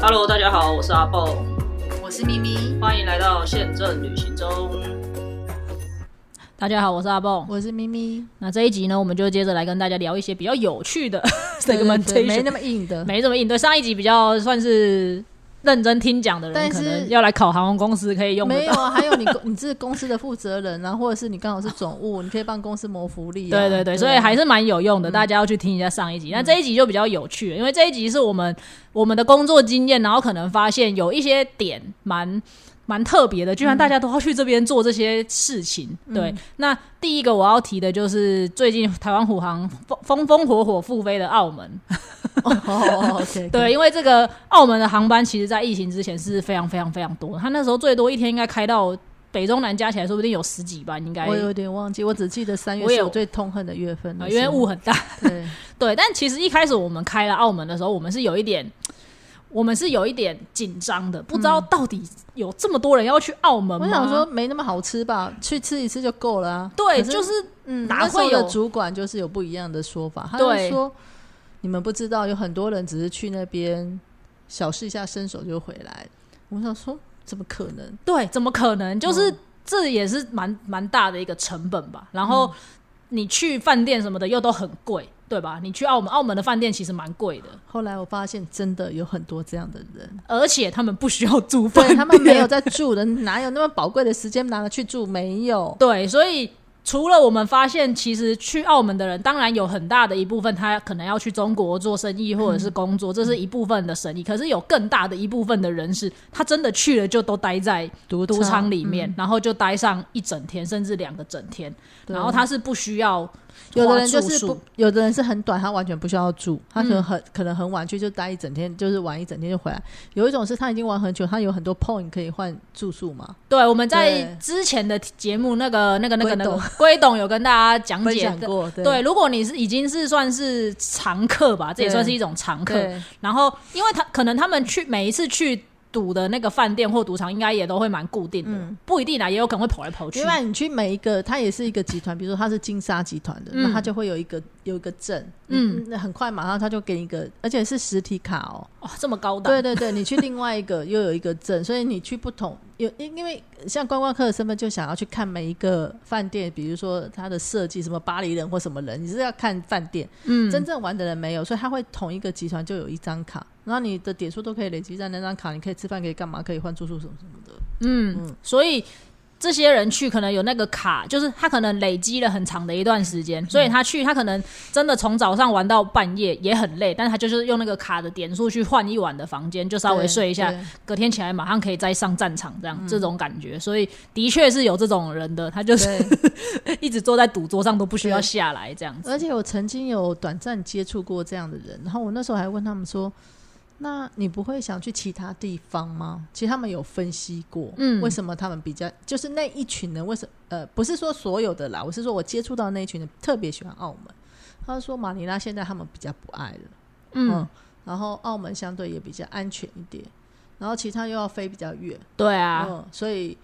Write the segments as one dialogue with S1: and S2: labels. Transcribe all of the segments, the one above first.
S1: Hello，大家好，我是阿蹦，
S2: 我是咪咪，
S1: 欢迎来到宪政旅行中。大家好，我是阿蹦。
S2: 我是咪咪，
S1: 那这一集呢，我们就接着来跟大家聊一些比较有趣 的 segmentation，
S2: 没那么硬的，
S1: 没怎么应对。上一集比较算是认真听讲的人，
S2: 但是
S1: 可能要来考航空公司可以用得
S2: 没有
S1: 到。
S2: 啊。还有你公， 你是公司的负责人啊，或者是你刚好是总务，你可以帮公司谋福利、啊。
S1: 对对对，所以还是蛮有用的，
S2: 嗯
S1: 大家要去听一下上一集。那这一集就比较有趣了，因为这一集是我们我们的工作经验，然后可能发现有一些点蛮蛮特别的，居然大家都要去这边做这些事情。
S2: 嗯
S1: 对，那第一个我要提的就是最近台湾虎航风风风火火复飞的澳门，
S2: 哦哦，OK，
S1: 对，因为这个澳门的航班其实在疫情之前是非常非常非常多的，它那时候最多一天应该开到北中南加起来，说不定有十几班，应该
S2: 我有点忘记，我只记得三月
S1: 我也
S2: 是我最痛恨的月份了，
S1: 呃因为雾很大。
S2: 对，
S1: 对，但其实一开始我们开了澳门的时候，我们是有一点，我们是有一点紧张的，不知道到底有这么多人要去澳门吗
S2: 嗯我想说，没那么好吃吧，去吃一次就够了啊。
S1: 对，
S2: 可是
S1: 就是
S2: 嗯，
S1: 哪
S2: 那时候
S1: 会有哦
S2: 的主管就是有不一样的说法，他就
S1: 对
S2: 说你们不知道，有很多人只是去那边小试一下身手就回来。我想说，怎么可能？
S1: 对，怎么可能？
S2: 嗯
S1: 就是、这也是蛮蛮大的一个成本吧。然
S2: 嗯
S1: 后你去饭店什么的又都很贵，对吧？你去澳门，澳门的饭店其实蛮贵的，
S2: 后来我发现，真的有很多这样的 人，
S1: 而且他们不需要住饭
S2: 对
S1: 店，
S2: 他们没有在住的，哪有那么宝贵的时间拿来去住？没有，
S1: 对，所以除了我们发现，其实去澳门的人，当然有很大的一部分他可能要去中国做生意或者是工作，这是一部分的生意。可是有更大的一部分的人是，他真的去了就都待在
S2: 赌
S1: 赌场
S2: 嗯
S1: 里面，然后就待上一整天，甚至两个整天。
S2: 对
S1: 然后他是不需要
S2: 有的
S1: 花
S2: 人就
S1: 住
S2: 是
S1: 宿
S2: 不，有的人是很短，他完全不需要住，他可能很、可能很晚去就待一整天，就是玩一整天就回来。有一种是他已经玩很久，他有很多 point 可以换住宿嘛，
S1: 对，我们在
S2: 对
S1: 之前的节目那个那个那个那
S2: 龟
S1: 个
S2: 董
S1: 龟董有跟大家讲
S2: 分
S1: 解
S2: 享
S1: 的。
S2: 过，对
S1: 对，如果你是已经是算是常客吧，这也
S2: 对
S1: 算是一种常客。
S2: 对
S1: 然后，因为他可能他们去每一次去赌的那个饭店或赌场，应该也都会蛮固定的，不一定啦，也有可能会跑来跑去
S2: 嗯另。外，你去每一个，它也是一个集团，比如说它是金沙集团的，
S1: 嗯
S2: 那它就会有一个有一个证，
S1: 嗯
S2: 嗯，那很快马上它就给你一个，而且是实体卡哦。
S1: 哇、这么 高档，
S2: 对对对，你去另外一个又有一个证，所以你去不同有因因为像观光客的身份就想要去看每一个饭店，比如说它的设计什么巴黎人或什么人，你是要看饭店，
S1: 嗯，
S2: 真正玩的人没有，所以他会同一个集团就有一张卡，然后你的点数都可以累积在那张卡，你可以吃饭，可以干嘛，可以换住宿什么什么的。
S1: 嗯，所以这些人去可能有那个卡，就是他可能累积了很长的一段时间，
S2: 嗯
S1: 所以他去他可能真的从早上玩到半夜也很累，但是他就是用那个卡的点数去换一晚的房间，就稍微
S2: 对
S1: 睡一下，
S2: 对嗯
S1: 隔天起来马上可以再上战场，这样、这种感觉，所以的确是有这种人的，他就是
S2: 对。
S1: 一直坐在赌桌上都不需要
S2: 对
S1: 下来这样子。
S2: 而且我曾经有短暂接触过这样的人，然后我那时候还问他们说：“那你不会想去其他地方吗？”其实他们有分析过，
S1: 嗯
S2: 为什么他们比较就是那一群人为什呃不是说所有的啦，我是说我接触到那一群人特别喜欢澳门。他说马尼拉现在他们比较不爱了，
S1: 嗯，
S2: 然后澳门相对也比较安全一点，然后其他又要飞比较远，
S1: 对啊，
S2: 嗯，所以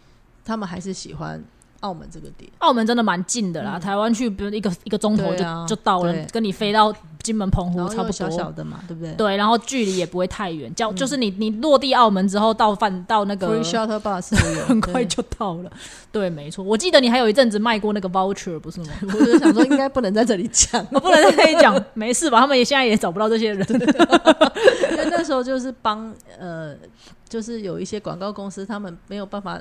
S2: 他们还是喜欢澳门这个点。
S1: 澳门真的蛮近的啦，台湾去比如一个一个钟头
S2: 嗯对
S1: 就、
S2: 啊
S1: 就到了
S2: 对，
S1: 跟你飞到金门、澎湖
S2: 然后
S1: 差不
S2: 又
S1: 多。
S2: 小小的嗯嘛，对不对？
S1: 对，然后距离也不会太远，叫、就是你你落地澳门之后到饭到那个
S2: Free shuttle bus 都有
S1: 很快
S2: 对
S1: 就到了。对，没错，我记得你还有一阵子卖过那个 voucher 不是吗？
S2: 我就想说，应该不能在这里讲，
S1: 我不能在这里讲，没事吧？他们也现在也找不到这些人。
S2: 因为那时候就是帮呃，就是有一些广告公司，他们没有办法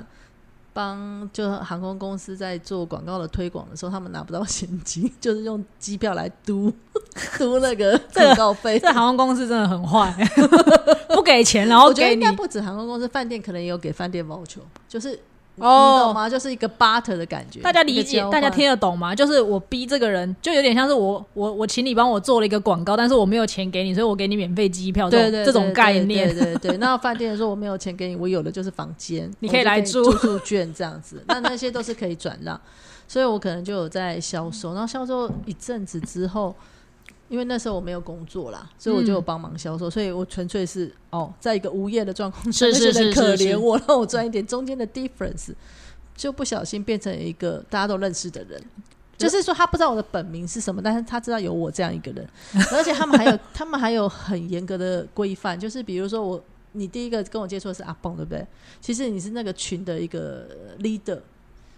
S2: 帮，就航空公司在做广告的推广的时候，他们拿不到现金，就是用机票来嘟嘟那 个
S1: 这个
S2: 广告费。
S1: 这航空公司真的很 坏，不给钱，然后
S2: 我觉得
S1: 给
S2: 应
S1: 你
S2: 该不止航空公司，饭店可能也有给饭店 voucher，就是你懂
S1: 哦。
S2: 吗？就是一个 barter 的感觉，
S1: 大家
S2: 一
S1: 理
S2: 个
S1: 解
S2: 交，
S1: 大家
S2: 换
S1: 听得懂吗？就是我逼这个人，就有点像是我我我请你帮我做了一个广告，但是我没有钱给你，所以我给你免费机票，这
S2: 对
S1: 种
S2: 对对
S1: 这种概念。
S2: 对对对对。那饭店说我没有钱给你，我有的就是房间，
S1: 你可以来
S2: 我就给你住宿券这样子，那那些都是可以转让，所以我可能就有在销售，然后销售一阵子之后。因为那时候我没有工作啦，所以我就有帮忙销售，所以我纯粹是哦，在一个无业的状况下，
S1: 嗯是是
S2: 那些人
S1: 是
S2: 可
S1: 是是
S2: 怜我，让我赚一点中间的 difference，就不小心变成一个大家都认识的人。就是说，他不知道我的本名是什么，但是他知道 有我这样一个人，而且他们还有，他们还有很严格的规范，就是比如说我，你第一个跟我接触的是阿蹦，对不对？其实你是那个群的一个呃 leader，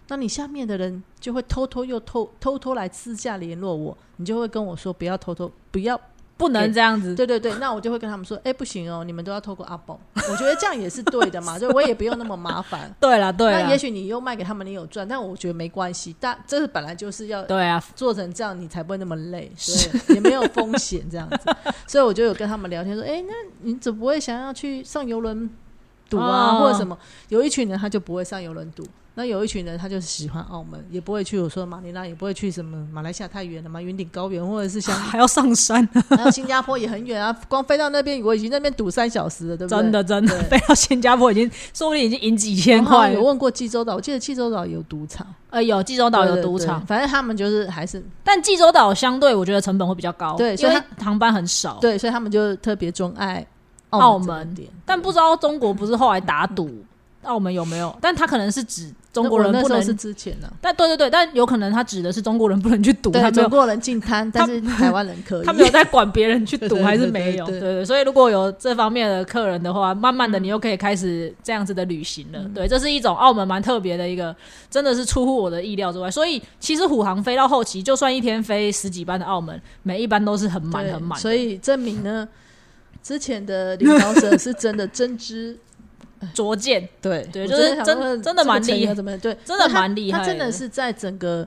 S2: 那你下面的人就会偷偷又偷偷偷来私下联络我，你就会跟我说不要偷偷，不要
S1: 不能这样子。
S2: 对对对，那我就会跟他们说，哎、不行哦，你们都要透过阿宝，我觉得这样也是对的嘛，就我也不用那么麻烦。
S1: 对了，对啊
S2: 那
S1: 了
S2: 也，许你又卖给他们，你有赚，但我觉得没关系。但这是本来就是要
S1: 对啊，
S2: 做成这样，你才不会那么累，对， 也没有风险这样子。所以我就有跟他们聊天说，哎、那你怎么不会想要去上游轮赌啊，
S1: 哦
S2: 或者什么？有一群人他就不会上游轮赌，那有一群人他就是喜欢澳门，也不会去我说的马尼拉，也不会去什么马来西亚太远了嘛，云顶高原或者是像
S1: 还要上山，
S2: 然后新加坡也很远啊，光飞到那边，我已经那边堵三小时了，对不对？
S1: 真的真 的飞到新加坡已经，说不定已经赢几千
S2: 我好像
S1: 块
S2: 有
S1: 了。
S2: 问过济州岛，我记得济州岛有赌场，
S1: 呃，有济州岛有
S2: 对
S1: 赌场哦
S2: 对，反正他们就是还是
S1: 但济州岛相对我觉得成本会比较高，
S2: 对
S1: 因
S2: 所以
S1: 为航班很少。
S2: 对，所以他们就特别钟爱
S1: 澳
S2: 门这
S1: 门
S2: 个点。
S1: 但不知道中国不是后来打赌澳门有没有？但他可能是指中国人
S2: 那我那
S1: 不
S2: 时候
S1: 能
S2: 是之前啊呢、
S1: 但对对对，但有可能他指的是中国人不能去赌，他
S2: 对，
S1: 没
S2: 中
S1: 有
S2: 国人进滩，但是台湾人可以。
S1: 他没有在管别人去
S2: 对
S1: 赌
S2: 对
S1: 还是
S2: 对
S1: 没有，
S2: 对
S1: 对
S2: 嗯对
S1: 对。所以如果有这方面的客人的话，慢慢的你又可以开始这样子的旅行
S2: 嗯
S1: 了。对，这是一种澳门蛮特别的一个，真的是出乎我的意料之外。所以其实虎航飞到后期，就算一天飞十几班的澳门，每一班都是很 满
S2: 对
S1: 很满的，
S2: 所以证明呢，之前的领导者是真的真知。
S1: 拙见
S2: 对
S1: 对
S2: 我
S1: 就是
S2: 真的想
S1: 真
S2: 问
S1: 真的蛮厉害
S2: 这个成员怎么对，
S1: 真的蛮
S2: 那他
S1: 厉害的
S2: 他真的是在整个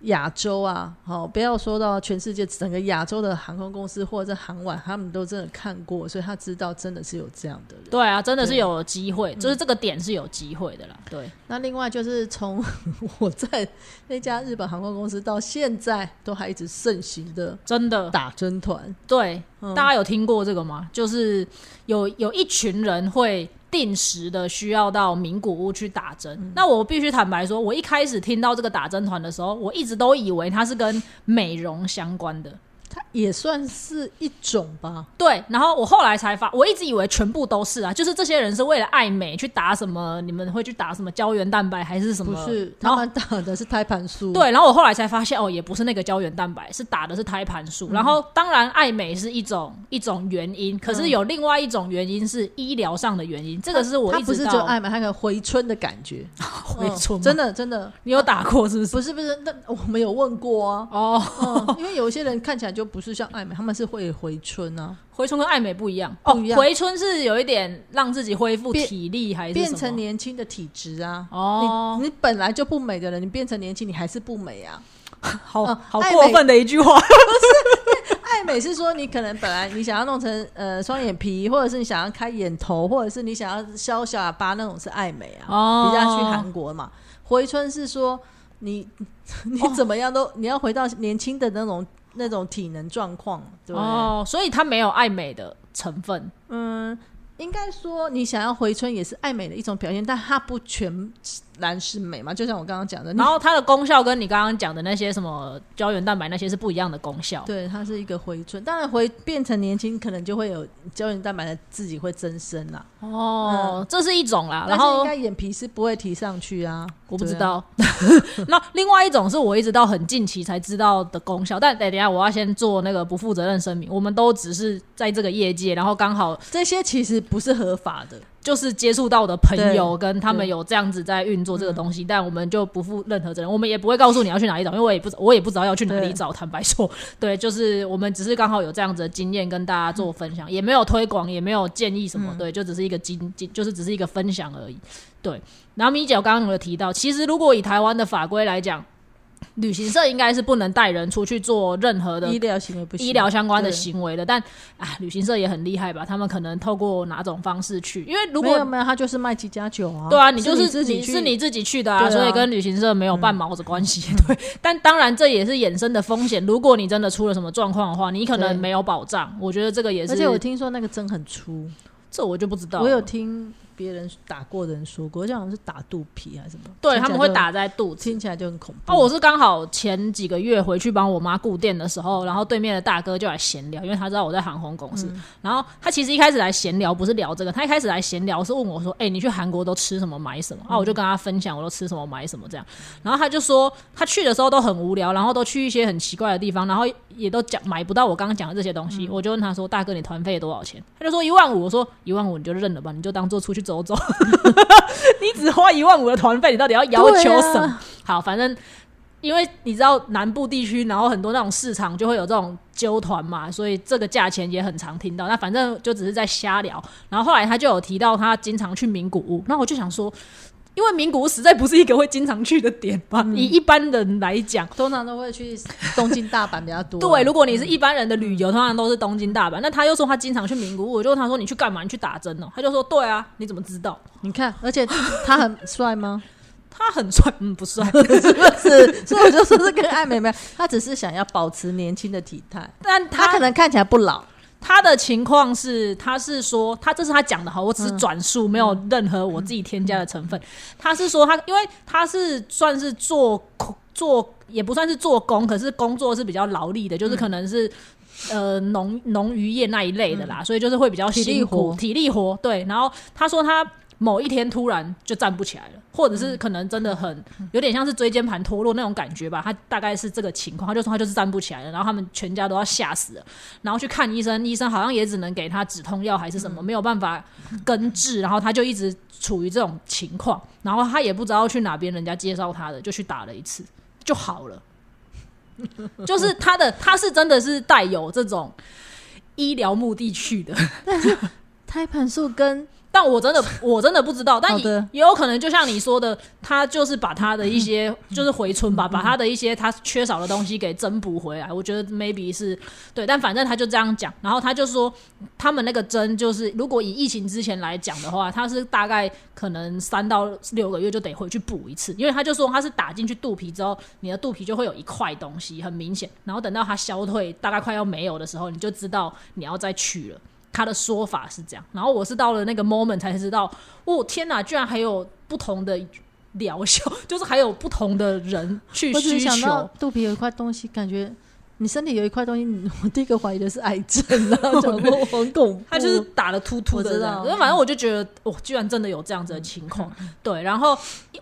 S2: 亚洲啊，好、不要说到全世界，整个亚洲的航空公司或者是航晚，他们都真的看过，所以他知道真的是有这样的人。
S1: 对啊，真的是
S2: 对嗯
S1: 有机会，就是这个点是有机会的啦。对，
S2: 那另外就是从 我在那家日本航空公司到现在，都还一直盛行的
S1: 真的
S2: 打针团，
S1: 对，
S2: 嗯
S1: 大家有听过这个吗？就是有有一群人会定时的需要到名古屋去打针。
S2: 嗯
S1: 那我必须坦白说，我一开始听到这个打针团的时候，我一直都以为它是跟美容相关的。
S2: 它也算是一种吧。
S1: 对，然后我后来才发，我一直以为全部都是啊，就是这些人是为了爱美去打什么，你们会去打什么胶原蛋白还是什
S2: 不
S1: 么？
S2: 是，
S1: 然
S2: 他
S1: 后
S2: 们打的是胎盘素。
S1: 对，然后我后来才发现，哦，也不是那个胶原蛋白，是打的是胎盘
S2: 嗯
S1: 素。然后当然，爱美是一种一种原因，可是有另外一种原因是医疗上的原因，这个是我
S2: 它
S1: 一
S2: 不
S1: 直
S2: 是
S1: 到
S2: 就爱嘛，它有回春的感觉，
S1: 回春、
S2: 嗯真
S1: 的，
S2: 的真的
S1: 你有打过是不 是？
S2: 不是不是，那我们有问 过啊，
S1: 哦，
S2: 嗯，因为有一些人看起来就不是像爱美，他们是会回春 啊，
S1: 回春跟爱美不一样，
S2: 不一
S1: 哦，
S2: 样
S1: 回春是有一点让自己恢复
S2: 变
S1: 体力还是
S2: 变
S1: 什
S2: 成
S1: 么
S2: 年轻的体质啊。
S1: 哦，
S2: 你你本来就不美的人，你变成年轻，你还是不美啊？
S1: 好、
S2: 嗯
S1: 好
S2: 爱
S1: 过
S2: 美
S1: 分的一句 话，
S2: 爱美是说你可能本来你想要弄成呃双眼皮，或者是你想要开眼头，或者是你想要削小哑巴那种是爱美啊。
S1: 哦
S2: 比较去韩国嘛，回春是说你 你
S1: 哦
S2: 怎么样都、你要回到年轻的那种那种体能状况，对不对？
S1: 哦，所以它没有爱美的成分，
S2: 嗯，应该说你想要回春也是爱美的一种表现，但它不全然是美嘛。就像我刚刚讲的，你
S1: 然后它的功效跟你刚刚讲的那些什么胶原蛋白那些是不一样的功效。
S2: 对它是一个回春，当然回变成年轻，可能就会有胶原蛋白的自己会增生啦。
S1: 哦，这是一种啦，然
S2: 但是
S1: 后
S2: 嗯应该眼皮是不会提上去啊，
S1: 我不
S2: 对
S1: 知
S2: 啊。
S1: 道。 那另外一种是我一直到很近期才知道的功效，但等等一下我要先做那个不负责任声明，我们都只是在这个业界，然后刚好
S2: 这些其实不是合法的，
S1: 就是接触到的朋友跟他们
S2: 对嗯
S1: 有这样子在运作这个东西，但我们就不负任何责任，我们也不会告诉你要去哪里找，因为我也不知我也不知道要去哪里
S2: 对
S1: 找。坦白说，对，就是我们只是刚好有这样子的经验跟大家做分
S2: 嗯
S1: 享，也没有推广，也没有建议什么，对，就只是一个经经，就是只是一个分享而已。对，然后米姐刚刚有提到，其实如果以台湾的法规来讲，旅行社应该是不能带人出去做任何的
S2: 医疗行为不行。
S1: 医疗相关的
S2: 对
S1: 行为的，但啊，旅行社也很厉害吧？他们可能透过哪种方式去？因为如
S2: 没有
S1: 果
S2: 没有，他就是卖几加酒啊。
S1: 对啊，你就是
S2: 你自己
S1: 你
S2: 去
S1: 是你自己去的啊，
S2: 对啊嗯
S1: 所以跟旅行社没有半毛子关系。 对，但当然这也是衍生的风险。如果你真的出了什么状况的话，你可能
S2: 对
S1: 没有保障。我觉得这个也是，
S2: 而且我听说那个针很粗，
S1: 这我就不知道了。
S2: 我有听别人打过的人说过，就好像是打肚皮还是什么，
S1: 对
S2: 听起来
S1: 他们会
S2: 就，
S1: 打在肚子。
S2: 听起来就很恐怖。
S1: 哦，我是刚好前几个月回去帮我妈顾店的时候，然后对面的大哥就来闲聊，因为他知道我在航空公司。然后他其实一开始来闲聊不是聊这个，他一开始来闲聊是问我说：“哎、你去韩国都吃什么买什么？”啊，我就跟他分享我都吃什么买什么这样。然后他就说他去的时候都很无聊，然后都去一些很奇怪的地方，然后也都讲买不到我刚刚讲的这些东
S2: 嗯
S1: 西。我就问他说：“大哥，你团费多少钱？”他就说一万五。我说一万五你就认了吧，你就当做出去走走。 你只花一万五的团费，你到底要要求什么？
S2: 对啊
S1: 好，反正因为你知道南部地区，然后很多那种市场就会有这种纠团嘛，所以这个价钱也很常听到。那反正就只是在瞎聊，然后后来他就有提到他经常去名古屋，那我就想说。因为名古屋实在不是一个会经常去的点吧，以一般人来讲，
S2: 通常都会去东京、大阪比较多。啊
S1: 对，如果你是一般人的旅游，通常都是东京、大阪。那他又说他经常去名古屋，我就问他说你去干嘛？你去打针哦、他就说对啊，你怎么知道？
S2: 你看，而且他很 帅吗？
S1: 他很帅，嗯，不帅，
S2: 是不是？所以我就说是跟艾美没有，他只是想要保持年轻的体态，
S1: 但
S2: 他可能看起来不老。
S1: 他的情况是，他是说，他这是他讲的哈，我只是转述，没有任何我自己添加的成分。他是说他，因为他是算是做做也不算是做工，可是工作是比较劳力的，就是可能是。呃，农农渔业那一类的啦，所以就是会比较
S2: 嗯体力
S1: 辛苦，
S2: 活
S1: 体力活对。然后他说他某一天突然就站不起来了，或者是可能真的
S2: 嗯
S1: 很有点像是椎间盘脱落那种感觉吧，他大概是这个情况。他就说他就是站不起来了，然后他们全家都要吓死了，然后去看医生，医生好像也只能给他止痛药还是什
S2: 嗯
S1: 么，没有办法根治，然后他就一直处于这种情况，然后他也不知道去哪边人家介绍他的，就去打了一次就好了。 就是他的，他是真的是带有这种医疗目的去的，
S2: 胎盘素跟
S1: 但我真的 我真的不知道，但
S2: 好
S1: 也
S2: 的
S1: 也有可能就像你说的，他就是把他的一 些就是回春吧，把他的一些他缺少的东西给增补回来。我觉得 maybe 是对，但反正他就这样讲，然后他就说他们那个针就是如果以疫情之前来讲的话，他是大概可能三到六个月就得回去补一次，因为他就说他是打进去肚皮之后，你的肚皮就会有一块东西很明显，然后等到它消退大概快要没有的时候，你就知道你要再去了。他的说法是这样，然后我是到了那个 moment 才知道，哦天哪，居然还有不同的疗效， 就是还有不同的人去
S2: 我只
S1: 需
S2: 是想到
S1: 求。
S2: 肚皮有一块东西，感觉你身体有一块东西，你我第一个怀疑的是癌症， 然后想说很恐怖。
S1: 他就是打了突突的
S2: 嗯我知
S1: 这
S2: 道嗯
S1: 样，反正我就觉得，我居然真的有这样子的情况。对，然后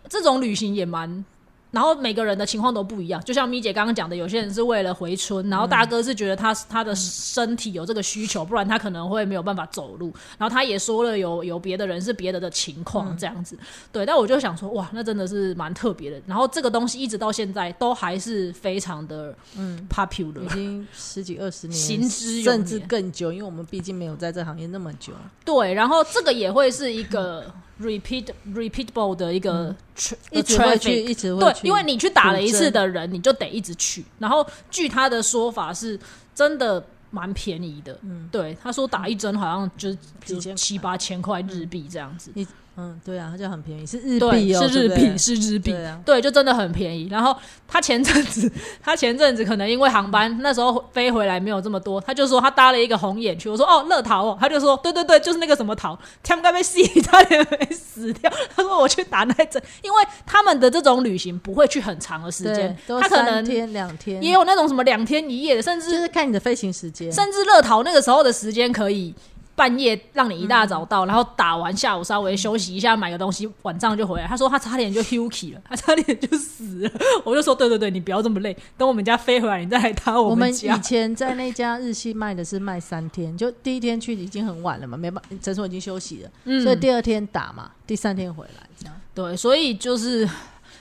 S1: 这种旅行也蛮。然后每个人的情况都不一样，就像咪姐刚刚讲的，有些人是为了回春，然后大
S2: 嗯
S1: 哥是觉得他他的身体有这个需求，不然他可能会没有办法走路。然后他也说了有有别的人是别的的情
S2: 嗯
S1: 况这样子，对。但我就想说，哇，那真的是蛮特别的。然后这个东西一直到现在都还是非常的嗯 popular，
S2: 已经十几二十年，
S1: 行之有
S2: 甚至
S1: 年
S2: 更久，因为我们毕竟没有在这行业那么久。
S1: 对，然后这个也会是一个 repeat repeatable 的一个 tra-
S2: 嗯一直
S1: traffic
S2: 会去，一直会
S1: 对，
S2: 去，
S1: 因为你去打了一次
S2: 竞争
S1: 的人，你就得一直去。然后据他的说法是，真的蛮便宜的。嗯，对，他说打一针好像就是比如
S2: 几千块
S1: 七八千块日币这样子。
S2: 嗯，对啊，它就很便宜，是日
S1: 对，
S2: 币哦，
S1: 是日
S2: 对不对
S1: 币，是日币，
S2: 对啊，
S1: 对，就真的很便宜。然后他前阵子， 他前阵子可能因为航班那时候飞回来没有这么多，他就说他搭了一个红眼区，我说哦乐桃哦，他就说对对对，就是那个什么桃，他们该被吸引，差点没死掉。他说我去打那一针，因为他们的这种旅行不会去很长的时间
S2: 对，，都
S1: 他可
S2: 三
S1: 能
S2: 天两天，
S1: 也有那种什么两天一夜的，甚
S2: 就
S1: 至
S2: 是看你的飞行时间。
S1: 甚至乐桃那个时候的时间可以。半夜让你一大早到，然后打完下午稍微休息一下，买个东西，晚上就回来。他说他差点就 huky 了，他差点就死了。我就说对对对，你不要这么累，等我们家飞回来，你再来打
S2: 我
S1: 们
S2: 们
S1: 家
S2: 以。前在那家日系卖的是卖三天，就第一天去已经很晚了嘛，没办诊所已经休息了，
S1: 嗯
S2: 所以第二天打嘛，第三天回来这样。
S1: 对，所以就是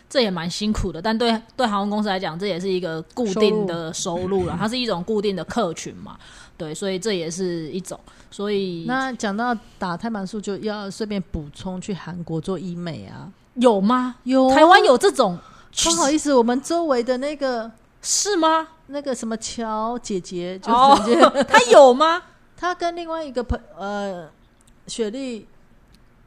S1: 这也蛮辛苦的，但对对航空公司来讲，这也是一个固定的收入了，它是一种固定的客群嘛。对，所以这也是一种，所以
S2: 那讲到打胎盘素，就要顺便补充去韩国做医美啊。
S1: 有吗？
S2: 有啊
S1: 台湾，有这种
S2: 不好意思，我们周围的那个
S1: 是吗？
S2: 那个什么乔姐姐，就
S1: 哦
S2: 直接、
S1: 他有吗？
S2: 她跟另外一个朋呃雪莉，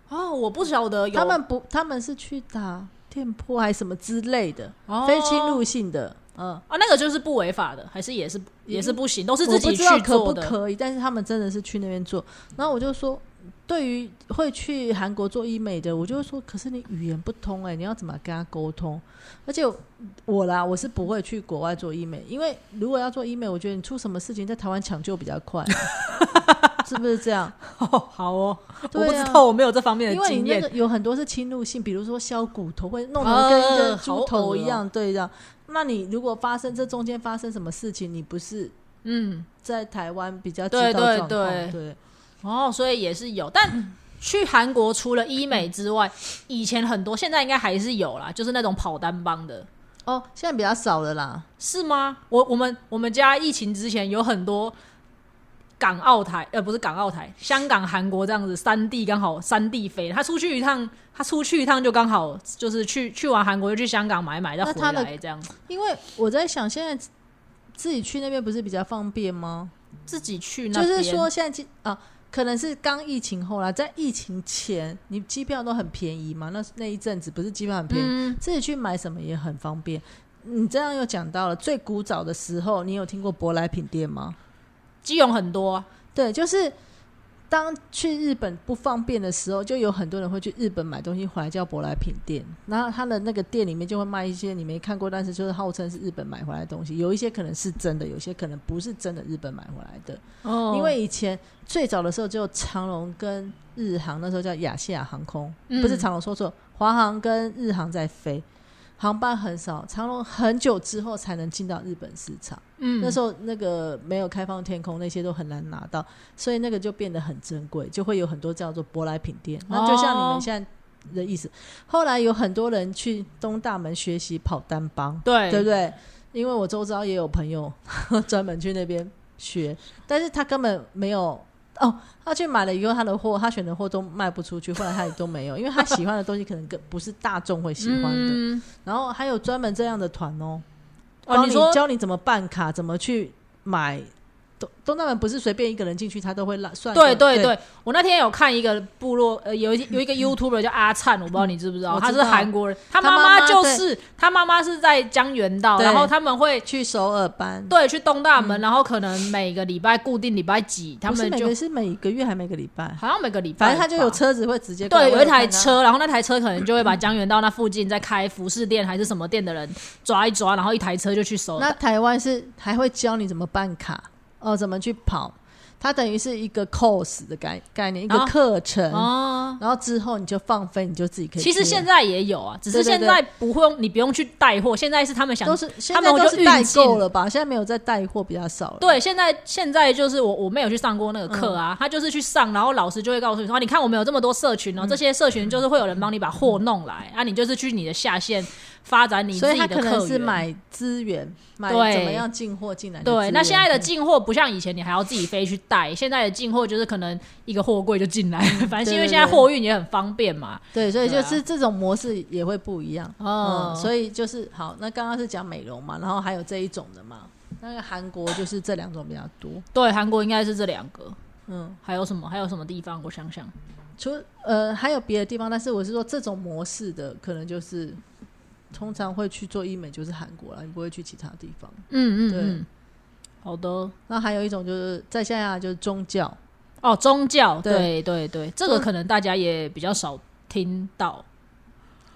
S1: 哦，我不晓得有
S2: 他们不，他们是去打电波还是什么之类的，
S1: 哦
S2: 非侵入性的，嗯。
S1: 啊，那个就是不违法的，还是也是也是不行，都是
S2: 我
S1: 自
S2: 不
S1: 己
S2: 知道
S1: 去
S2: 可
S1: 做
S2: 不
S1: 的。
S2: 可以，但是他们真的是去那边做，然后我就说，对于会去韩国做医美的，我就会说，可是你语言不通哎、你要怎么跟他沟通？而且我啦，我是不会去国外做医美，因为如果要做医美，我觉得你出什么事情在台湾抢救比较 快啊，是不是这样？
S1: 哦， 好哦，我
S2: 对
S1: 不
S2: 啊
S1: 知道，我没有这方面
S2: 因
S1: 的
S2: 为
S1: 经
S2: 你那
S1: 验
S2: 个。有很多是侵入性，比如说削骨头会弄得跟一
S1: 呃
S2: 个
S1: 好
S2: 猪
S1: 恶
S2: 头一
S1: 哦
S2: 样，对这样。那你如果发生这中间发生什么事情，你不是
S1: 嗯，
S2: 在台湾比较知
S1: 对
S2: 道
S1: 对
S2: 状况，
S1: 对
S2: 对
S1: 哦，所以也是有，
S2: 嗯
S1: 但。去韩国除了医美之外，以前很多，现在应该还是有啦，就是那种跑单帮的，
S2: 哦，现在比较少了啦。
S1: 是吗？我我们我们家疫情之前有很多港澳台，呃，不是港澳台，香港、韩国这样子三地刚好三地飞，他出去一趟，他出去一趟就刚好就是去去完韩国就去香港买买，再
S2: 那他
S1: 回
S2: 的
S1: 来这样，
S2: 因为我在想，现在自己去那边不是比较方便吗？
S1: 自己去那
S2: 就
S1: 边
S2: 是说，现在机啊，可能是刚疫情后啦，在疫情前你机票都很便宜嘛，那那一阵子不是机票很便宜，
S1: 嗯，
S2: 自己去买什么也很方便。你这样又讲到了最古早的时候，你有听过舶来品店吗？
S1: 基隆很多啊，
S2: 对，就是当去日本不方便的时候，就有很多人会去日本买东西回来叫舶来品店。然后他的那个店里面就会卖一些你没看过，但是就是号称是日本买回来的东西。有一些可能是真的，有些可能不是真的日本买回来的。
S1: 哦
S2: 因为以前最早的时候只有长龙跟日航，那时候叫亚细亚航空，
S1: 嗯
S2: 不是长龙说错，华航跟日航在飞，航班很少，长龙很久之后才能进到日本市场。
S1: 嗯
S2: 那时候那个没有开放天空，那些都很难拿到，所以那个就变得很珍贵，就会有很多叫做舶来品店。那就像你
S1: 哦
S2: 们现在的意思，后来有很多人去东大门学习跑单帮，
S1: 对
S2: 对不对？因为我周遭也有朋友 专门去那边学，但是他根本没有哦，他去买了以后，他的货他选的货都卖不出去，后来他也都没有，因为他喜欢的东西可能跟不是大众会喜欢的。
S1: 嗯
S2: 然后还有专门这样的团哦，
S1: 哦，
S2: 帮
S1: 你
S2: 你
S1: 说
S2: 教你怎么办卡，怎么去买。东东大门不是随便一个人进去，他都会拉算
S1: 对
S2: 的。
S1: 对
S2: 对嗯
S1: 对，我那天有看一个部落，呃，有一有一个 YouTuber 叫阿灿，我不知道你知不知道，
S2: 我
S1: 他
S2: 知
S1: 是
S2: 道
S1: 韩国人，他
S2: 他
S1: 妈
S2: 妈妈
S1: 就是他妈妈是在江原道，
S2: 对
S1: 然后他们会
S2: 去首尔班，
S1: 对去东大门，然后可能每个礼拜固定礼拜几，他
S2: 不是
S1: 们
S2: 每
S1: 就
S2: 个是每个月还每个礼拜，
S1: 好像每个礼拜吧，
S2: 反正他就有车子会直接过来。
S1: 对，
S2: 我
S1: 有一台
S2: 看他，
S1: 车，然后那台车可能就会把江原道那附近在开服饰店还是什么店的人抓一抓，然后一台车就去收。
S2: 那台湾是还会教你怎么办卡哦，怎么去跑，它等于是一个 course 的概概念，一个
S1: 啊
S2: 课程。
S1: 哦，
S2: 然后之后你就放飞，你就自己可以去
S1: 其
S2: 了。
S1: 实现在也有啊，只是
S2: 对对
S1: 现
S2: 对
S1: 在不会用，你不用去带货，现在是他们想
S2: 都是现
S1: 他
S2: 在
S1: 们
S2: 都
S1: 就是运
S2: 代
S1: 进
S2: 购了吧？现在没有在带货，比较少了。
S1: 对，现在现在就是我我妹有去上过那个课
S2: 嗯
S1: 啊，她就是去上，然后老师就会告诉你说，啊你看我们有这么多社群
S2: 嗯
S1: 哦，这些社群就是会有人帮你把货弄来，啊，你就是去你的下线发展你
S2: 所
S1: 自
S2: 以
S1: 己
S2: 他
S1: 的
S2: 可
S1: 客
S2: 能
S1: 源。
S2: 是买资源，买
S1: 对
S2: 怎么样进货进来的资源。
S1: 对，那现在的进货不像以前你还要自己飞去带，现在的进货就是可能一个货柜就进来， 反正是因为
S2: 对对
S1: 现在
S2: 对
S1: 货运也很方便嘛。
S2: 对，所以
S1: 对
S2: 就
S1: 啊
S2: 是这种模式也会不一样。
S1: 哦
S2: 嗯，所以就是好，那刚刚是讲美容嘛，然后还有这一种的嘛。那个韩国就是这两种比较多。
S1: 对，韩国应该是这两个，
S2: 嗯，
S1: 还有什么？还有什么地方？我想想，
S2: 除呃还有别的地方，但是我是说这种模式的，可能就是通常会去做医美就是韩国啦，你不会去其他地方。
S1: 嗯嗯
S2: 对
S1: 嗯，好的。
S2: 那还有一种就是在下亚就是宗教，
S1: 哦，宗教，对
S2: 对
S1: 对对，这个
S2: 宗
S1: 可能大家也比较少听到。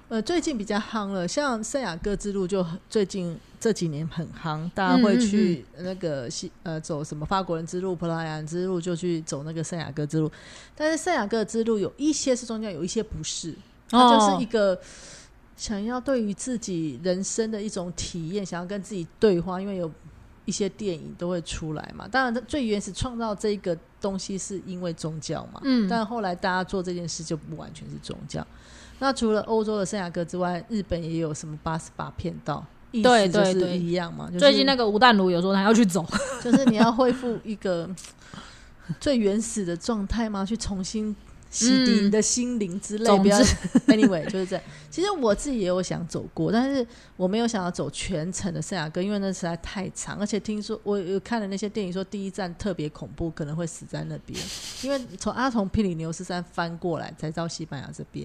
S2: 呃，最近比较夯了，像圣雅各之路就很最近这几年很夯，大家会去那个西呃走什么法国人之路、葡萄牙人之路，就去走那个圣雅各之路。但是圣雅各之路有一些是宗教，有一些不是，
S1: 哦
S2: 它就是一个想要对于自己人生的一种体验，想要跟自己对话，因为有一些电影都会出来嘛。当然，它最原始创造这个东西是因为宗教嘛，
S1: 嗯
S2: 但后来大家做这件事就不完全是宗教。那除了欧洲的圣雅各之外，日本也有什么八十八片道，意
S1: 对
S2: 思就
S1: 对
S2: 是
S1: 对
S2: 一样嘛。
S1: 最近
S2: 就是
S1: 那个吴淡如有说他要去走，
S2: 就是你要恢复一个最原始的状态吗？去重新洗涤
S1: 嗯
S2: 你的心灵之类，
S1: 总
S2: 不要
S1: 之
S2: anyway 就是这样。其实我自己也有想走过，但是我没有想要走全程的圣雅各，因为那实在太长，而且听说我有看了那些电影说第一站特别恐怖，可能会死在那边，因为从阿从皮里牛斯山翻过来才到西班牙这边，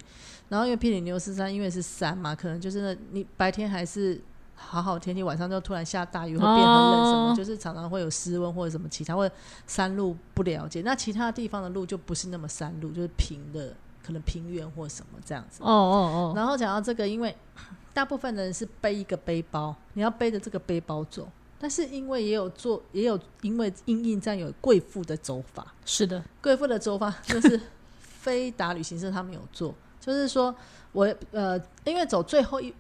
S2: 然后因为皮里牛斯山因为是山嘛，可能就是那你白天还是。好好天气，晚上就突然下大雨，会变很冷什么，
S1: 哦
S2: 就是常常会有失温或者什么其他，或者山路不了解。那其他地方的路就不是那么山路，就是平的，可能平原或什么这样子。
S1: 哦哦哦，
S2: 然后讲到这个，因为大部分的人是背一个背包，你要背着这个背包走。但是因为也有做，也有因为因应战有贵妇的走法，
S1: 是的，
S2: 贵妇的走法就是非达旅行社他们有做，就是说我呃，因为走最后一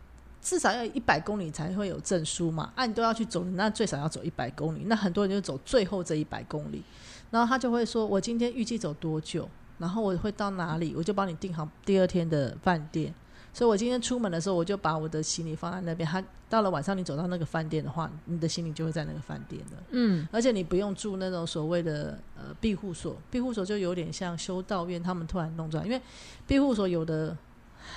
S2: 至少要一百公里才会有证书嘛，啊，你都要去走，那最少要走一百公里，那很多人就走最后这一百公里，然后他就会说，我今天预计走多久，然后我会到哪里，我就帮你订好第二天的饭店。所以我今天出门的时候，我就把我的行李放在那边。他到了晚上，你走到那个饭店的话，你的行李就会在那个饭店了。
S1: 嗯，
S2: 而且你不用住那种所谓的呃庇护所，庇护所就有点像修道院，他们突然弄出来，因为庇护所有的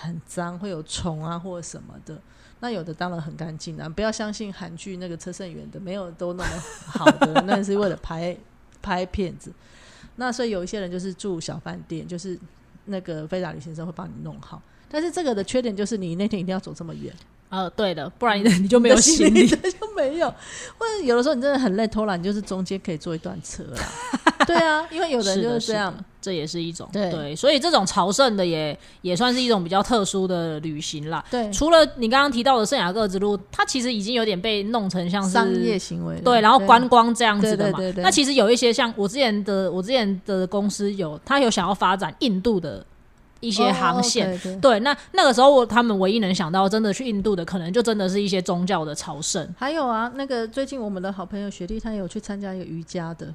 S2: 很脏，会有虫啊或者什么的，那有的当然很干净啊，不要相信韩剧那个车胜元的，没有都那么好的， 那是为了拍拍片子。那所以有一些人就是住小饭店，就是那个飞达旅行社会帮你弄好。但是这个的缺点就是，你那天一定要走这么远，
S1: 呃，对的，不然 你你就没有行
S2: 你
S1: 李。
S2: 的嗯就没有。或者有的时候你真的很累，偷懒，你就是中间可以坐一段车啦。 对啊，因为有的人就是
S1: 是
S2: 这
S1: 的
S2: 样。
S1: 这也是一种
S2: 对
S1: 所以这种朝圣的也也算是一种比较特殊的旅行啦。
S2: 对，
S1: 除了你刚刚提到的圣雅各之路，它其实已经有点被弄成像是
S2: 商业行为了
S1: 对，然后观光这样子的嘛。
S2: 对对对对
S1: 那其实有一些像我之前的，我之前的公司有，他有想要发展印度的一
S2: 一
S1: 些航线。
S2: 对对
S1: 对，那那个时候我他们唯一能想到真的去印度的，可能就真的是一些宗教的朝圣，
S2: 还有啊，那个最近我们的好朋友雪莉，她有去参加一个瑜伽的，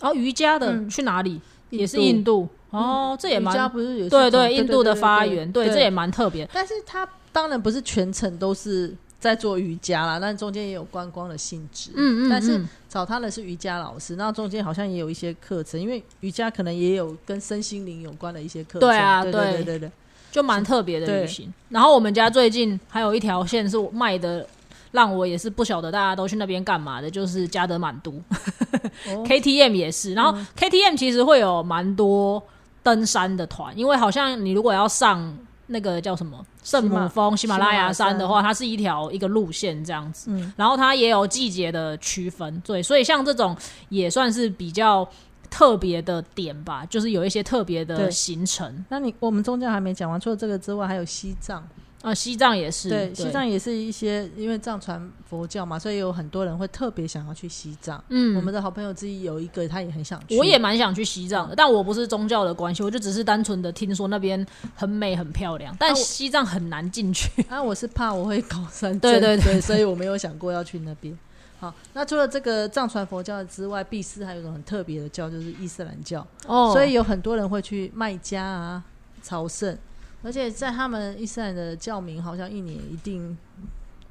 S1: 然、后瑜伽的、
S2: 嗯
S1: 去哪里
S2: 度嗯
S1: 也是印度哦，这也
S2: 瑜伽
S1: 蛮
S2: 不是有
S1: 对
S2: 对
S1: 印度的发源，
S2: 对，
S1: 对，这也蛮特别。
S2: 但是它当然不是全程都是在做瑜伽啦，但中间也有观光的性质。
S1: 嗯嗯，
S2: 但是
S1: 嗯
S2: 找他的是瑜伽老师，那中间好像也有一些课程，因为瑜伽可能也有跟身心灵有关的一些课程。
S1: 对啊
S2: 对
S1: 对
S2: 对对对。
S1: 就蛮特别的
S2: 对
S1: 旅行。然后我们家最近还有一条线是我卖的，让我也是不晓得大家都去那边干嘛的，就是加德满都、
S2: 哦嗯
S1: KTM 也是。然后 KTM 其实会有蛮多登山的团，因为好像你如果要上那个叫什么圣母峰、喜
S2: 喜马
S1: 马拉雅
S2: 喜马拉雅
S1: 山
S2: 山
S1: 的话，它是一条一个路线这样子。
S2: 嗯
S1: 然后它也有季节的区分，对，所以像这种也算是比较。特别的点吧，就是有一些特别的
S2: 对
S1: 行程，
S2: 那你我们宗教还没讲完，除了这个之外，还有西藏。
S1: 呃，西藏也是，
S2: 对，西藏也是一些因为藏传佛教嘛，所以有很多人会特别想要去西藏。
S1: 嗯，
S2: 我们的好朋友之一有一个，他也很想去。
S1: 我也蛮想去西藏的，但我不是宗教的关系，我就只是单纯的听说那边很美很漂亮，但
S2: 啊我
S1: 西藏很难进 去。
S2: 啊，我是怕我会高山症，
S1: 对对对
S2: 所以我没有想过要去那边。好，那除了这个藏传佛教之外，必斯还有一种很特别的教，就是伊斯兰教。
S1: 哦
S2: 所以有很多人会去麦加啊朝圣，而且在他们伊斯兰的教民好像一年一定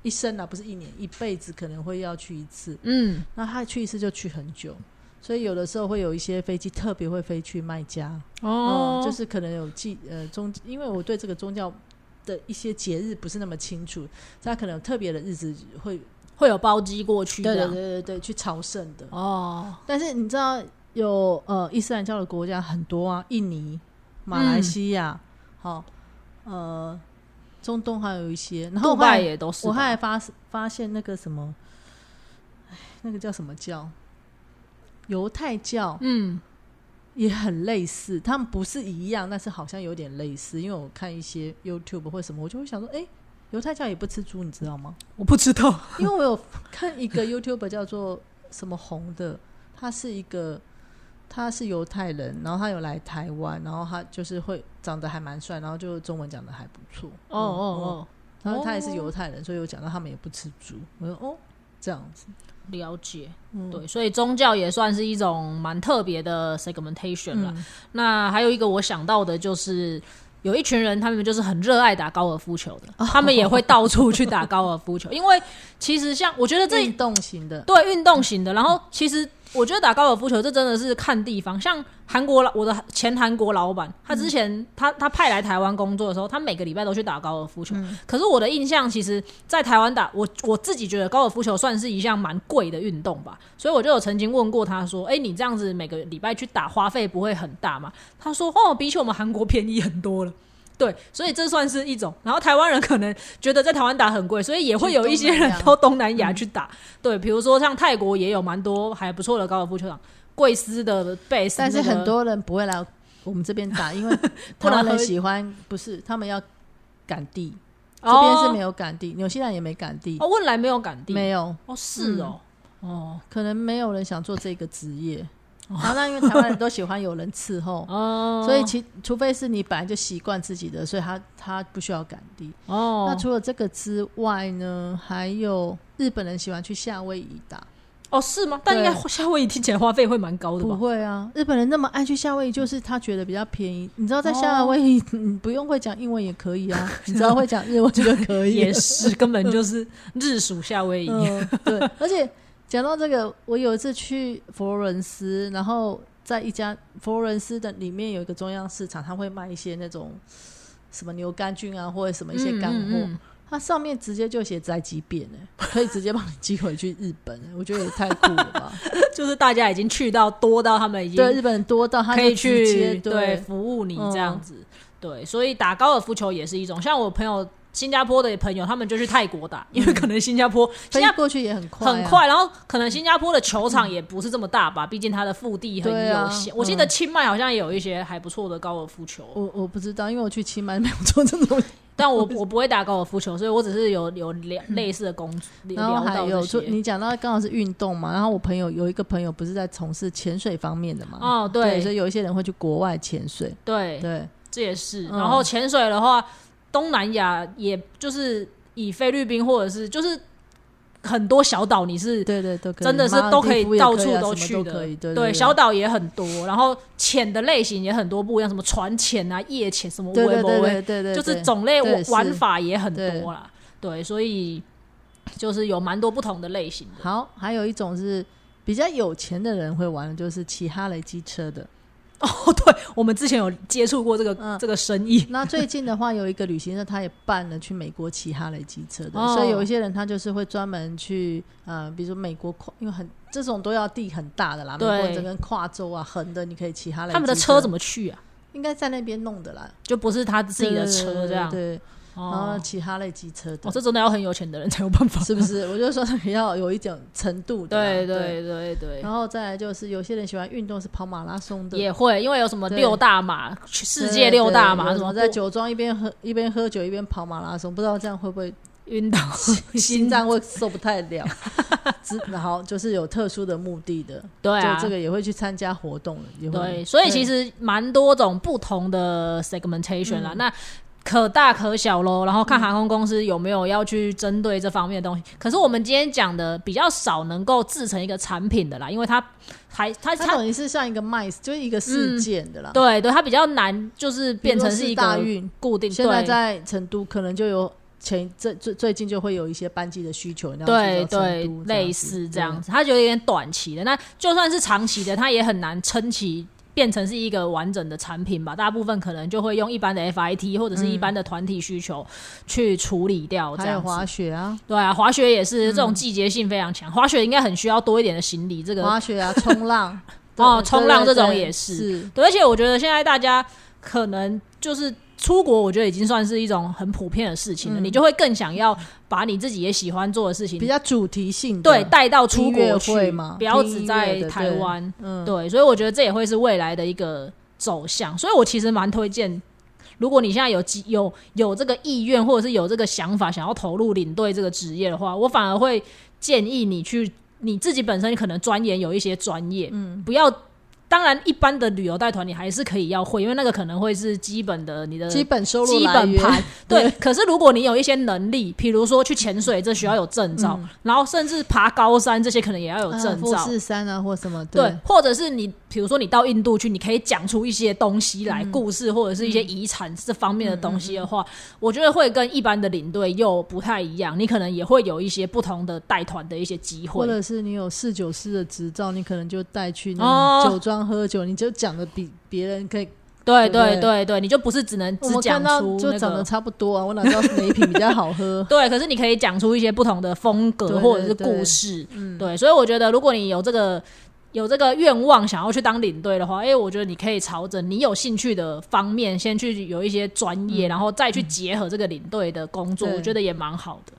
S2: 一生啊，不是一年一辈子可能会要去一次，
S1: 嗯，
S2: 那他去一次就去很久。所以有的时候会有一些飞机特别会飞去麦加，
S1: 哦
S2: 嗯，就是可能有祭呃宗，因为我对这个宗教的一些节日不是那么清楚，所以他可能有特别的日子会
S1: 会有包机过去
S2: 对
S1: 这
S2: 对
S1: 样。
S2: 对对对去朝圣的。
S1: 哦，
S2: 但是你知道有呃伊斯兰教的国家很多啊，印尼、马来西
S1: 嗯
S2: 亚，好、呃中东还有一些，然后
S1: 杜
S2: 我还
S1: 拜也都是吧。
S2: 我还发发现那个什么，哎，那个叫什么教？犹太教
S1: 嗯，
S2: 也很类似，他们不是一样，但是好像有点类似。因为我看一些 YouTube 或什么，我就会想说，哎、犹太教也不吃猪，你知道吗？
S1: 我不知道。
S2: 因为我有看一 个 YouTube 叫做什么红的，他是一个他是犹太人，然后他有来台湾，然后他就是会长得还蛮帅，然后就中文讲的还不错。
S1: 哦哦哦，
S2: 嗯，然后他也是犹太人，所以有讲到他们也不吃猪。我说哦，这样子，
S1: 了解。
S2: 嗯，
S1: 对，所以宗教也算是一种蛮特别的 segmentation 了。
S2: 嗯
S1: 那还有一个我想到的就是。有一群人，他们就是很热爱打高尔夫球的，
S2: 哦
S1: 他们也会到处去打高尔夫球。因为其实像我觉得这
S2: 运动型的，嗯
S1: 对，运动型的。然后其实我觉得打高尔夫球这真的是看地方，像韩国老我的 前韩国老板，他
S2: 嗯
S1: 之前、他他派来台湾工作的时候，他每个礼拜都去打高尔夫球。
S2: 嗯
S1: 可是我的印象，其实，在台湾打我我自己觉得高尔夫球算是一项蛮贵的运动吧，所以我就有曾经问过他说：“哎、你这样子每个礼拜去打，花费不会很大吗？”他说：“哦，比起我们韩国便宜很多了。” 对，所以这算是一种。然后台湾人可能觉得在台湾打很贵，所以也会有一些人
S2: 去东南亚嗯
S1: 到东南亚去打。对，比如说像泰国也有蛮多还不错的高尔夫球场，贵斯的贝斯、
S2: 但是很多人不会来我们这边 打，因为台湾人喜欢不是他们要赶地，
S1: 那
S2: 这
S1: 个
S2: 边是
S1: 哦
S2: 没有赶地，纽西兰也没赶地，
S1: 哦，汶莱没有杆地，
S2: 没有，
S1: 哦，是哦，哦，，
S2: 可能没有人想做这个职业。然后那因为台湾人都喜欢有人伺 候
S1: 哦，
S2: 嗯所以其除非是你本来就习惯自己的，所以他他不需要赶地。
S1: 哦，
S2: 那除了这个之外呢，还有日本人喜欢去夏威夷打，
S1: 哦是吗？但应该夏威夷听起来花费会蛮高的
S2: 不
S1: 哦吧？
S2: 会啊，日本人那么爱去夏威夷，就是他觉得比较便宜。你知道，在
S1: 哦
S2: 夏威夷、你不用会讲英文也可以 啊，你只要会讲日文就可以了。
S1: 也是，根本 就是日属夏威夷。
S2: 嗯，对。 而且讲到这个，我有一次去佛罗伦斯，然后在一家佛罗伦斯的里面有一个中央市场，他会卖一些那种什么牛肝菌啊，或者什么一些干货。
S1: 嗯嗯嗯
S2: 它上面直接就写宅急便呢，可以直接帮你寄回去日本，我觉得也太酷了 吧！
S1: 就是大家已经去到多到他们已经
S2: 对，日本人多到他
S1: 可以
S2: 就直接
S1: 去
S2: 对
S1: 服务你
S2: 嗯
S1: 这样子。对，所以打高尔夫球也是一种。像我朋友新加坡的朋友，他们就去泰国打，
S2: 嗯
S1: 因为可能新加坡新
S2: 飞
S1: 加
S2: 过去也很快、啊，
S1: 很快，然后可能新加坡的球场也不是这么大吧，毕竟它的腹地很
S2: 对啊
S1: 有限。我记得清迈好像也有一些还不错的高尔夫球，
S2: 我我不知道，因为我去清迈没有做这种，
S1: 但 我我不会打高尔夫球，所以我只是有有聊类似的工 作，
S2: 然
S1: 聊
S2: 后还
S1: 到
S2: 有
S1: 这
S2: 就
S1: 些。
S2: 你讲到刚好是运动嘛，然后我朋友有一个朋友不是在从事潜水方面的嘛，
S1: 哦，
S2: 对，
S1: 对
S2: 所以有一些人会去国外潜水，
S1: 对，
S2: 对，
S1: 这也是。
S2: 嗯
S1: 然后潜水的话，东南亚也就是以菲律宾或者是就是很多小岛，你是
S2: 对对都可以，
S1: 真的是
S2: 马尔
S1: 都可
S2: 代
S1: 以
S2: 夫也
S1: 到
S2: 可以
S1: 处
S2: 啊
S1: 都
S2: 什么
S1: 去
S2: 都
S1: 的
S2: 可以，对
S1: 对小岛也很多，然后潜的类型也很多不一样，什么船潜啊、夜潜什么
S2: 对对
S1: 微波
S2: 对
S1: 微
S2: 对对对，
S1: 就是
S2: 对
S1: 种类
S2: 对
S1: 玩
S2: 是
S1: 玩法也很
S2: 对
S1: 多啦。对，所以就是有蛮多不同的类型的。
S2: 好，还有一种是比较有钱的人会玩的，就是骑哈雷机车的。
S1: 哦，对，我们之前有接触过这个、
S2: 嗯
S1: 这个生意。
S2: 那最近的话，有一个旅行社，他也办了去美国骑哈雷机车的，
S1: 哦
S2: 所以有一些人他就是会专门去，呃，比如说美国跨，因为很这种都要地很大的啦，美
S1: 对
S2: 国整个跨州啊，横的你可以骑哈雷机。
S1: 他们的车怎
S2: 么
S1: 么去啊？
S2: 应该在那边弄的啦？
S1: 就不是他自己的车这样。
S2: 对对对对然后
S1: 哦，
S2: 骑哈雷机车的
S1: 哦，，这真的要很有钱的人才有办法。
S2: 是不是？我就说要有一种程度的啦，
S1: 对
S2: 对。
S1: 对对对，
S2: 然后再来就是有些人喜欢运动，是跑马拉松的，
S1: 也会因为有什么
S2: 对
S1: 六大马、世界
S2: 对
S1: 六大
S2: 对
S1: 马
S2: 有
S1: 什
S2: 什
S1: 么
S2: 么在酒庄一边喝一边喝酒一边跑马拉松，不知道这样会不会
S1: 晕倒、
S2: 心
S1: 心
S2: 脏会受不太 了。只然后就是有特殊的目的的，
S1: 对啊
S2: 就这，个也会去参加活动的，也会
S1: 对，所以其实蛮多种不同的 segmentation
S2: 嗯
S1: 啦。那可大可小喽，然后看航空公司有没有要去针对这方面的东西。可是我们今天讲的比较少能够制成一个产品的啦，因为它还它
S2: 它
S1: 它
S2: 等于是像一个麦，就是一个事件的啦。
S1: 对对它比较难，就是
S2: 比
S1: 变
S2: 如说
S1: 成
S2: 四
S1: 是一
S2: 大
S1: 个
S2: 运，
S1: 固定。
S2: 现在
S1: 对
S2: 在成都可能就有前最最最近就会有一些班机的需求，然后
S1: 对
S2: 去到成
S1: 对
S2: 都，这样
S1: 类
S2: 子嗯
S1: 似这样子，它就有点短期的。那就算是长期的，它也很难撑起。变成是一个完整的产品吧，大部分可能就会用一般的 FIT 或者是一般的团体需求去处理掉
S2: 对
S1: 这
S2: 嗯还有
S1: 样子。
S2: 滑嗯雪啊，
S1: 对啊，滑雪也是这种季节性非常强，滑雪应该很需要多一点的行李。这个
S2: 滑 雪啊，冲浪
S1: 哦
S2: 对
S1: 冲浪
S2: 对对
S1: 这种
S2: 对
S1: 也是
S2: 是
S1: 对，而且我觉得现在大家可能就是出国，我觉得已经算是一种很普遍的事情了，
S2: 嗯
S1: 你就会更想要把你自己也喜欢做的事情
S2: 比较主题性的，
S1: 对，带到出
S2: 音乐
S1: 国
S2: 会
S1: 去
S2: 嘛
S1: 不要
S2: 听
S1: 只
S2: 音乐
S1: 在
S2: 的
S1: 台
S2: 对
S1: 湾。
S2: 嗯，
S1: 对，所以我觉得这也会是未来的一个走向。所以我其实蛮推荐，如果你现在有机有有这个意愿，或者是有这个想法，想要投入领队这个职业的话，我反而会建议你去你自己本身可能钻研有一些专业，嗯，不要。当然，一般的旅游带团你还是可以要会，因为那个可能会是基本的你的
S2: 基本收入
S1: 基
S2: 来
S1: 本
S2: 源
S1: 盘。对，可是如果你有一些能力，比如说去潜水，这需要有证照，然后甚至爬高山这些可能也要有
S2: 啊
S1: 证
S2: 富
S1: 照。
S2: 士山啊或什么，
S1: 对，或者是你，比如说你到印度去，你可以讲出一些东西来，故事或者是一些遗产这方面的东西的话，我觉得会跟一般的领队又不太一样。你可能也会有一些不同的带团的一些机
S2: 或
S1: 会。
S2: 者是你有侍酒师的执照，你可能就带去
S1: 哦
S2: 那种酒庄喝酒，你就讲的比别人可以。
S1: 对
S2: 对
S1: 对
S2: 不对
S1: 对对，你就不是只能
S2: 我
S1: 只
S2: 们
S1: 讲
S2: 看到
S1: 出
S2: 就
S1: 那
S2: 长得
S1: 个。？
S2: 差不多啊，我哪知道哪一瓶比较好喝
S1: 对，可是你可以讲出一些不同的风格
S2: 对
S1: 或者是
S2: 对对嗯
S1: 故事，对，所以我觉得如果你有这个有这个愿望想要去当领队的话，哎、我觉得你可以朝着你有兴趣的方面先去有一些专业，然后再去结合这个领队的工作，
S2: 嗯对
S1: 我觉得也蛮好的。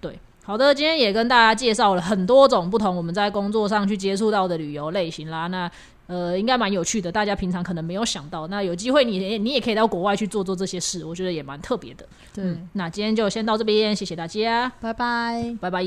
S1: 对，好的，今天也跟大家介绍了很多种不同我们在工作上去接触到的旅游类型啦。那呃，应该蛮有趣的，大家平常可能没有想到。那有机会你也你也可以到国外去做做这些事，我觉得也蛮特别的。
S2: 对，
S1: 嗯，那今天就先到这边，谢谢大家，
S2: 拜拜。
S1: 拜拜。